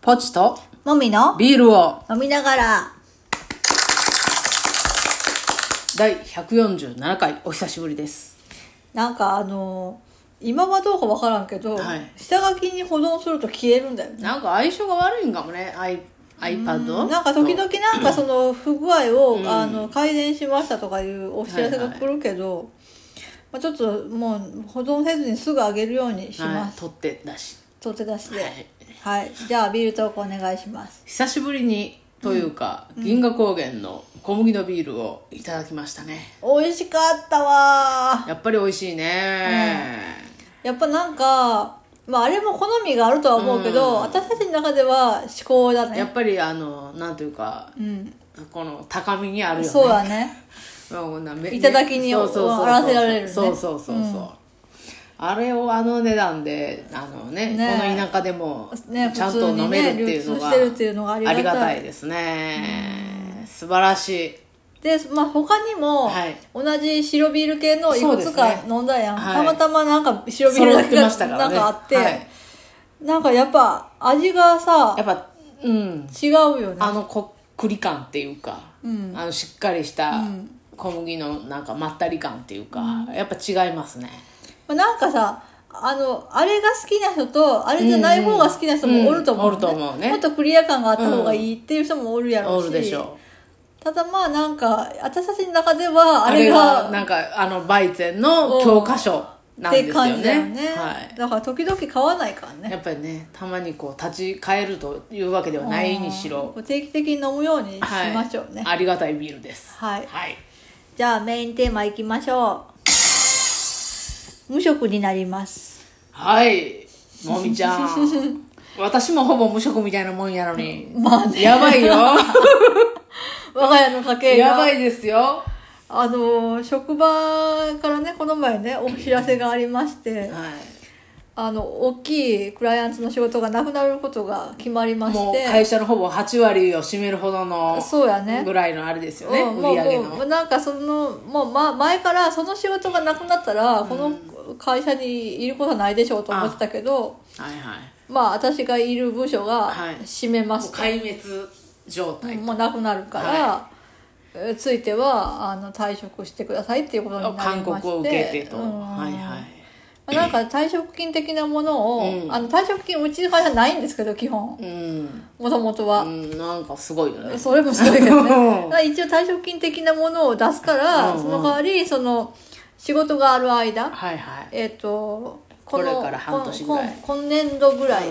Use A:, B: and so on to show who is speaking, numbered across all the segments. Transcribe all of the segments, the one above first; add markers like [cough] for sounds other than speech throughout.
A: ポチと
B: もみの
A: ビールを
B: 飲みながら
A: 第147回お久しぶりです
B: なんかあのー今はどうかわからんけど、
A: はい
B: 下書きに保存すると消えるんだよね
A: なんか相性が悪いんかもね I iPad
B: なんか時々なんかその不具合を、あの改善しましたとかいうお知らせが来るけど、まあ、ちょっともう保存せずにすぐ上げるようにし
A: は
B: ま
A: い、
B: す、
A: 取って出し
B: 取って出しで
A: は
B: はいい、じゃあビールトークお願いします
A: 久しぶりにというか、銀河高原の小麦のビールをいただきましたね
B: 美味しかったわ
A: やっぱり美味しいね、
B: ーやっぱなんかまああれも好みがあるとは思うけど、私たちの中では至高だ
A: や
B: ね
A: っぱりあのなんというか
B: うん
A: この高みにあるよね
B: そうだね
A: い
B: いただきにあらせられるね
A: そうそうそうそう、あれをあの値段であのね
B: ね
A: この田舎でも
B: ね
A: ちゃんと飲めるっていうのが,、
B: 普通にね流通してるっていうのがありがたい
A: ですね、素晴らしい
B: で、まあ、他にも
A: はい
B: 同じ白ビール系のいくつ
A: そうで
B: か
A: すね
B: 飲んだやん、
A: はい
B: たまたまなんか白ビールだ
A: 揃っ
B: け
A: てま
B: が
A: したから
B: な
A: ね
B: んかあって、
A: はい
B: なんかやっぱ味がさ
A: やっぱうん
B: 違うよね
A: あのこっくり感っていうか、
B: うん
A: あのしっかりした小麦のなんかまったり感っていうか、やっぱ違いますね
B: まあなんかさあのあれが好きな人とあれじゃない方が好きな人もおると思う、
A: うんうんおると思うね
B: もっとクリア感があった方がいいっていう人もおるやろ
A: お
B: うし、
A: るでしょう
B: ただまあなんか私たちの中ではあ
A: あ
B: れ
A: れ
B: が
A: がなんかあのバイゼンの教科書
B: っ
A: なん
B: て
A: ですよ
B: 感じだよ
A: ね
B: ね
A: はい
B: だから時々買わないからね
A: やっぱりねたまにこう立ち返るというわけではないにしろ
B: こう定期的に飲むようにし
A: はい
B: ましょうねはい、
A: ありがたいビールですはい
B: じゃあメインテーマいきましょう無職になります
A: はいもみちゃ
B: [laughs]
A: ん私もほぼ無職みたいなもんやのに、やば
B: [laughs]
A: いよ
B: 我が家の家計が
A: やばいですよ
B: あのー職場からねこの前ねお知らせがありまして
A: はい
B: あの大きいクライアントの仕事がなくなることが決まりま
A: も
B: し
A: う
B: て
A: 会社のほぼ8割を占めるほどの
B: そうやね
A: ぐらいのあれですよね
B: うん
A: 売り上げ
B: もう
A: の
B: もうなんかそのもう、ま、前からその仕事がなくなったら、この会社にいることはないでしょうと思ってたけど
A: はいはい
B: まあ私がいる部署が
A: はい
B: 閉めま
A: もう
B: すと、
A: 壊滅状態
B: もうなくなるから、
A: は
B: えーついてはあの退職してくださいっていうことになりまして
A: 勧告を受けてと、
B: うん
A: はいは
B: まあなんか退職金的なものを、
A: うん
B: あの退職金うちの会社ないんですけど基本
A: いうん、
B: もともとは、
A: うん、なんかすごいよね
B: それもすごいけどね
A: [laughs] うん
B: だから一応退職金的なものを出すか
A: う
B: ら、
A: んうん
B: その代わりその仕事がある間
A: はいはい
B: えっ、と
A: これから半年ぐらい
B: こんこん今年度ぐらい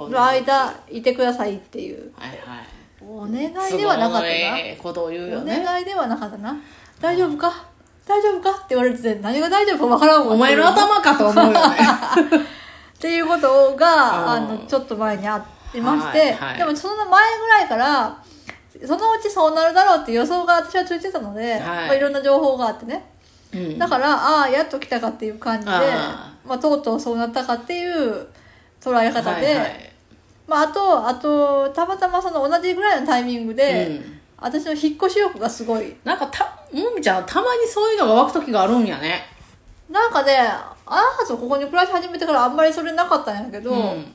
A: うん
B: の間いてくださいっていう
A: はいはい
B: お願いではなかったな、
A: すごいことを言うよ
B: お
A: ね
B: 願いではなかったな大丈夫か大丈夫かって言われてて何が大丈夫かわからんわ
A: お前の頭かと思う
B: [laughs]
A: よね
B: っていうことがあ
A: うん
B: のちょっと前にありまして、
A: はいはい
B: でもその前ぐらいからそのうちそうなるだろうって予想が私はついてたので、
A: はい
B: いまあ、いろんな情報があってね
A: うん
B: だからああやっと来たかっていう感じで
A: あ
B: まあ、とうとうそうなったかっていう捉え方で、
A: はいはい
B: まあ、あとあとたまたまその同じぐらいのタイミングで、
A: うん
B: 私の引っ越し欲がすごい
A: なんかたもみちゃんたまにそういうのが湧く時があるんやね
B: なんかねあなたとここに暮らし始めてからあんまりそれなかったんやけど、
A: うん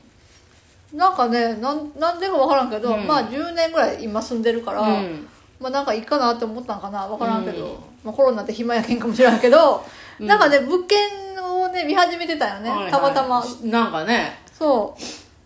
B: なんかねなんなんでか分からんけど、
A: うん
B: まあ10年ぐらい今住んでるから、
A: うん
B: まあなんかいいかなって思ったんかな分からんけど、まあ、コロナって暇やけんかもしれんけど、なんかね物件をね見始めてたよね、
A: はいはい
B: たまたま
A: なんかね
B: そう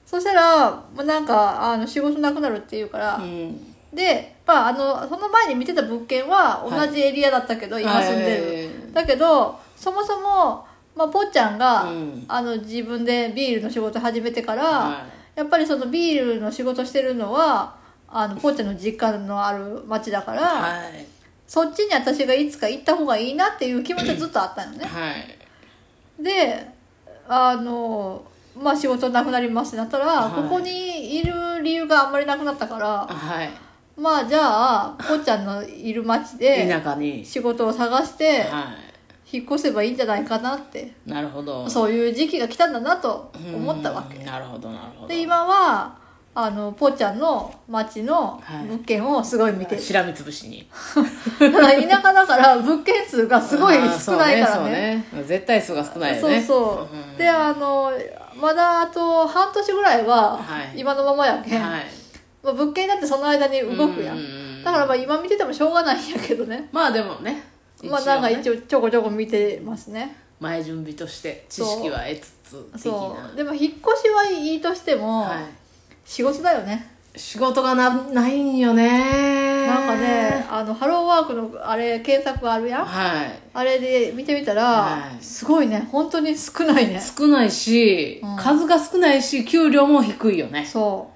B: そしたら、まあ、なんかあの仕事なくなるっていうから、
A: うん
B: で、まあ、あのその前に見てた物件は
A: はい
B: 同じエリアだったけど、今住んでる、
A: はい
B: だけどそもそも、まあ、ぽっちゃんが、
A: うん
B: あの自分でビールの仕事始めてから、
A: は
B: やっぱりそのビールの仕事してるのはあのぽっちゃんの実家のある町だから、
A: はい
B: そっちに私がいつか行った方がいいなっていう気持ちはずっとあったよね
A: はい
B: であのまあ仕事なくなりますってなったら、
A: はい
B: ここにいる理由があんまりなくなったから
A: はい
B: まあじゃあぽっちゃんのいる町で
A: 田舎に
B: 仕事を探して
A: は
B: 引っ越せばいいんじゃないかなって
A: いなるほど
B: そういう時期が来たんだなと思ったわけ
A: うんなるほどなるほど
B: で今はあのぽちゃんの町の物件をすごい見てる、
A: しらみつぶしに
B: た [laughs] だ田舎だから物件数がすごい
A: あー
B: 少ないからね
A: そうねそうね絶対数が少ないよ
B: そう
A: ね
B: そうであのまだあと半年ぐらいは
A: はい
B: 今のままやけん、
A: はい
B: まあ、物件だってその間に動くやん
A: ううん
B: だからまあ今見ててもしょうがないんやけどね
A: まあでもね
B: まあなんか
A: 一応ね
B: 一応ちょこちょこ見てますね
A: 前準備として知識は得つつ的
B: そ
A: な
B: うでも引っ越しはいいとしても、
A: は
B: 仕事だよね
A: い、仕事がなないんよね
B: なんかねあのハローワークのあれ検索あるやん
A: はい
B: あれで見てみたら、
A: はい
B: すごいね本当に少ないね
A: 少ないし、
B: うん
A: 数が少ないし給料も低いよね
B: そ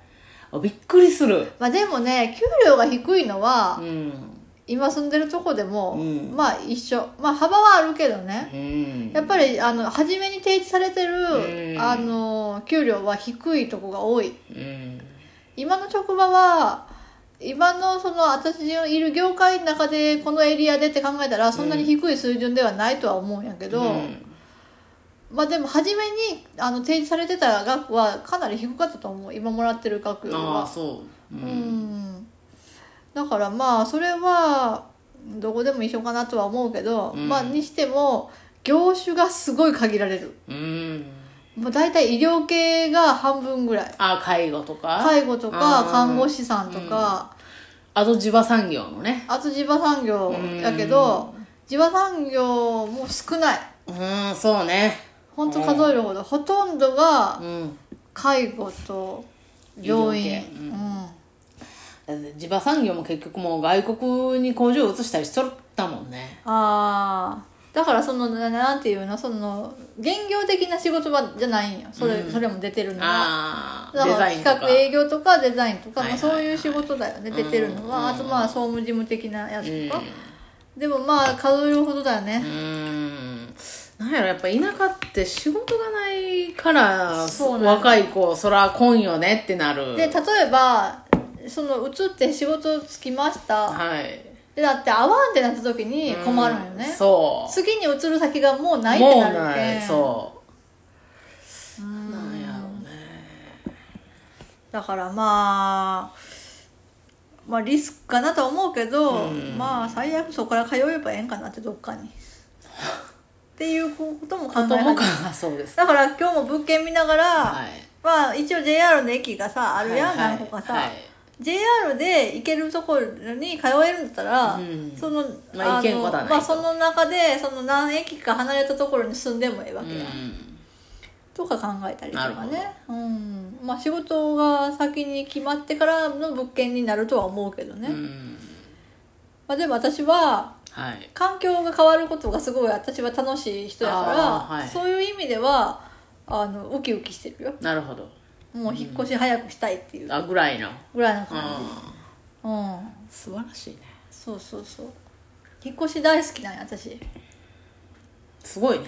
A: びっくりする
B: うまあでもね給料が低いのは、
A: うん
B: 今住んでるとこでも、
A: うん
B: まあ一緒まあ幅はあるけどね
A: うん
B: やっぱりあの初めに提示されてる、
A: うん
B: あの給料は低いとこが多い
A: うん
B: 今の職場は今のその私のいる業界の中でこのエリアでって考えたらそんなに低い水準ではないとは思うんやけど、
A: うん
B: まあでも初めにあの提示されてた額はかなり低かったと思う今もらってる額より
A: ああ
B: は
A: そう、う
B: うんんだからまあそれはどこでも一緒かなとは思うけど、
A: うん
B: まあにしても業種がすごい限られる
A: うん、
B: もう大体医療系が半分ぐらい
A: あ介護とか、
B: 介護とか
A: あー
B: 看護師さんとか、
A: あと地場産業のね
B: あと地場産業やけど、地場産業も少ない
A: うんそうね
B: ほんと数えるほど、ほとんどが
A: うん
B: 介護と病
A: 医
B: 院
A: 療系
B: うん
A: だって地場産業も結局もう外国に工場を移したりしとったもんね
B: ああだからそのななんていうのその現業的な仕事場じゃないんよそれ,、それも出てるのは
A: あ
B: だ
A: あ
B: か
A: デ
B: ら
A: ザインとか
B: 企画営業とかデザインとか、
A: はいはい
B: まあ、
A: はい
B: そういう仕事だよね、出てるのは、あとまあ総務事務的なやつとか、でもまあ数えるほどだよ
A: う
B: ね、
A: んなんやろやっぱ田舎って仕事がないから
B: そうなんだ
A: 若い子そら来んよねってなる
B: で例えばその移って仕事つきました
A: はい
B: でだって合わんってなった時に困るんよね、
A: うんそう
B: 次に移る先がもうないって
A: もう
B: なる
A: な
B: け
A: い
B: ん
A: そうなんやろうね
B: だからまあまあリスクかなとは思うけど、まあ最悪そこから通えばええんかなってどっか
A: [laughs]
B: にっていうことも考え
A: 子供
B: な
A: か
B: がら
A: そうです
B: だから今日も物件見ながら、
A: はい
B: まあ一応 JR の駅がさあるやん、
A: はいはい
B: 何個かさ、
A: はい
B: JR で行けるところに通えるんだったら、
A: うん
B: その,、
A: まあ行けんことはないと
B: まあ、その中でその何駅か離れたところに住んでもええわ
A: う
B: けや、
A: ん
B: とか考えたりと
A: なる
B: か
A: ほ
B: ね、うんまあ、仕事が先に決まってからの物件になるとは思うけどね、
A: うん
B: まあ、でも私は
A: はい
B: 環境が変わることがすごい私は楽しい人だから、
A: あーはい
B: そういう意味ではあのウキウキしてるよ
A: なるほど
B: もう引っ越し早くしたいっていう
A: あぐらいの
B: ぐらいの
A: う
B: 感じ、
A: ん
B: うん
A: 素晴らしいね
B: そうそうそう引っ越し大好きなんや私
A: すごいね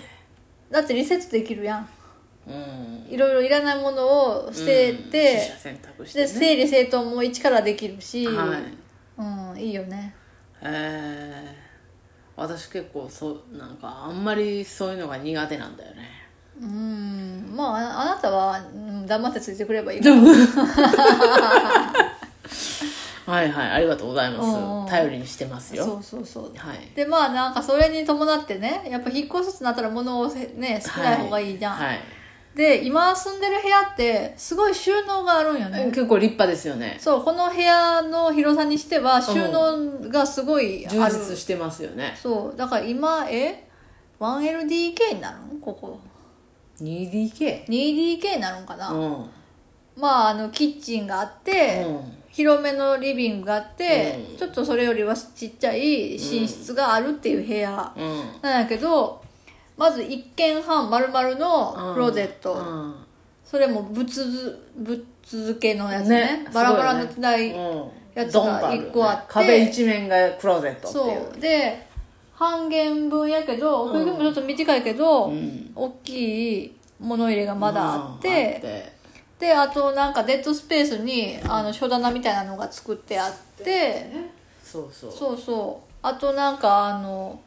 B: だってリセットできるやん
A: うん
B: いろいろいらないものを捨て
A: うん取
B: て
A: 捨、選択して
B: で
A: ね
B: 整理整頓も一からできるし、
A: はい
B: うんいいよね
A: えー、私結構そうなんかあんまりそういうのが苦手なんだよね
B: うんまあああなたは、うん、黙ってついてくればいい
A: でもはいはいありがとうござい
B: うんうん
A: ます頼りにしてますよ
B: [laughs] そうそうそう
A: はい
B: でまあなんかそれに伴ってねやっぱ引っ越すとなったら物をせね少ない方がいいじゃん、
A: はい、
B: で今住んでる部屋ってすごい収納があるんよ
A: はい
B: ね、
A: 結構立派ですよね
B: そうこの部屋の広さにしては収納がすごい
A: 充
B: ある、
A: 実してますよね
B: そうだから今え 1LDK になるのここ
A: 2DK
B: 2DK になるんかな、
A: うん
B: まああのキッチンがあって、
A: うん
B: 広めのリビングがあって、
A: うん
B: ちょっとそれよりはちっちゃい寝室があるっていう部屋
A: うん
B: なんやけどまず一軒半丸々のクローゼット、
A: うん
B: それも仏ずぶ続けのやつね
A: ね
B: バラバラの時
A: う
B: 代、
A: ん
B: やつが
A: ドンとるよね
B: 一個あって
A: 壁一面がクローゼットっていう
B: そうで半減分やけど奥行きもちょっと短いけど、
A: ん
B: 大きい物入れがまだあっ
A: うんあ
B: て、であとなんかデッドスペースにあの書棚みたいなのが作ってあって
A: そうそう
B: そうそうあとなんかあの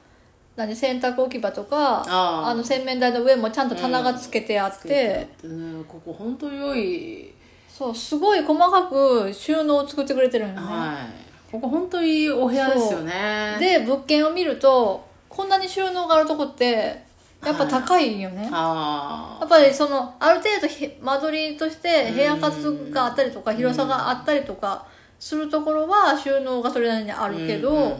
B: 何洗濯置き場とか
A: あー
B: の洗面台の上もちゃんと棚がつけてあって、
A: うんここ本当良い、
B: そうすごい細かく収納を作ってくれてるんよね、
A: はいここ本当いいお部屋ですよね
B: で物件を見るとこんなに収納があるとこってやっぱ高いよね
A: あ
B: やっぱりそのある程度へ間取りとして部屋数があったりとか広さがあったりとかするところは収納がそれなりにあるけど、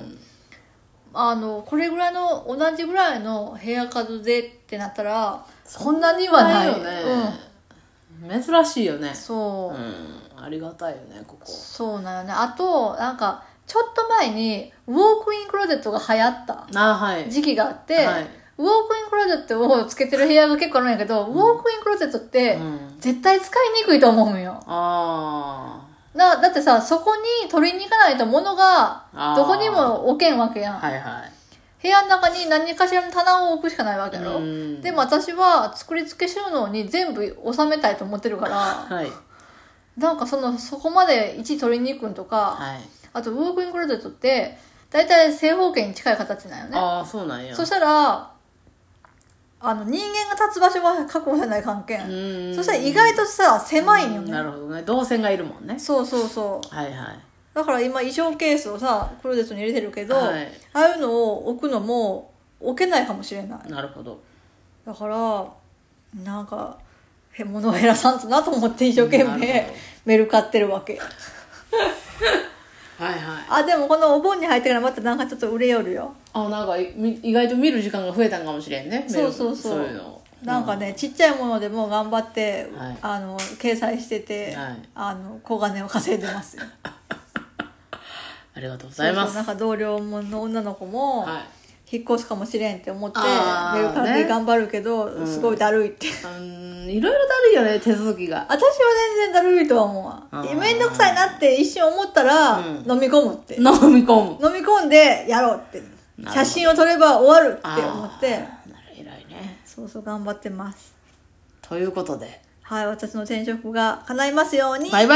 B: あのこれぐらいの同じぐらいの部屋数でってなったらそんなにはない
A: よね、珍しいよね
B: うん、そうう、
A: んありがたいよねここ
B: そうなのねあとなんかちょっと前にウォークインクローゼットが流行った
A: あはい
B: 時期があって、
A: はい
B: ウォークインクローゼットをつけてる部屋が結構あるんやけど、ウォークインクローゼットって
A: うん
B: 絶対使いにくいと思うんよ
A: あ
B: だだってさそこに取りに行かないと物が
A: あー
B: どこにも置けんわけやん
A: あはいはい
B: 部屋の中に何かしらの棚を置くしかないわけやろ、
A: うん
B: でも私は作り付け収納に全部収めたいと思ってる
A: [laughs]
B: から
A: はい
B: なんかそのそこまで位置取りに行くんとか、
A: はい
B: あとウォークインクローゼットって大体正方形に近い形なんよね
A: ああそうなんや
B: そしたらあの人間が立つ場所は確保せない関係、
A: うん
B: そしたら意外とさ狭いんよ
A: な
B: ね
A: るほどね動線がいるもんね
B: そうそうそう
A: はいはい
B: だから今衣装ケースをさクローゼットに入れてるけど、
A: はい
B: ああいうのを置くのも置けないかもしれない
A: なるほど
B: だからなんかへ物を減らさんとなと思って一生懸
A: なる
B: 命
A: ほ
B: メル買ってるわけ
A: はいはい
B: あでもこのお盆に入ってからまたなんかちょっと売れよるよ
A: あなんかいみ意外と見る時間が増えたんかもしれんね
B: そうそうそう
A: メールそういうの
B: なんかね、ちっちゃいものでもう頑張って、
A: はい
B: あの掲載してて、
A: はい
B: あの小金を稼いで
A: [laughs]
B: ますよ
A: ありがとうございます
B: そうそうなんか同僚もの女の子も、
A: はい
B: 引っ越すかもしれんって思って
A: あー
B: メルカリで頑張るけど、すごいだるいって、
A: う
B: [laughs]
A: ーんいろいろだるいよね手続きが
B: 私は全然だるいとは思うわ
A: あー
B: 面倒くさいなって一瞬思ったら、
A: うん
B: [laughs] 飲み込むって
A: 飲み込む
B: 飲み込んでやろうって
A: ほど
B: 写真を撮れば終わるって思って
A: あーなる偉いね
B: そうそう頑張ってます
A: ということで
B: はい私の転職が叶いますように
A: バイバイ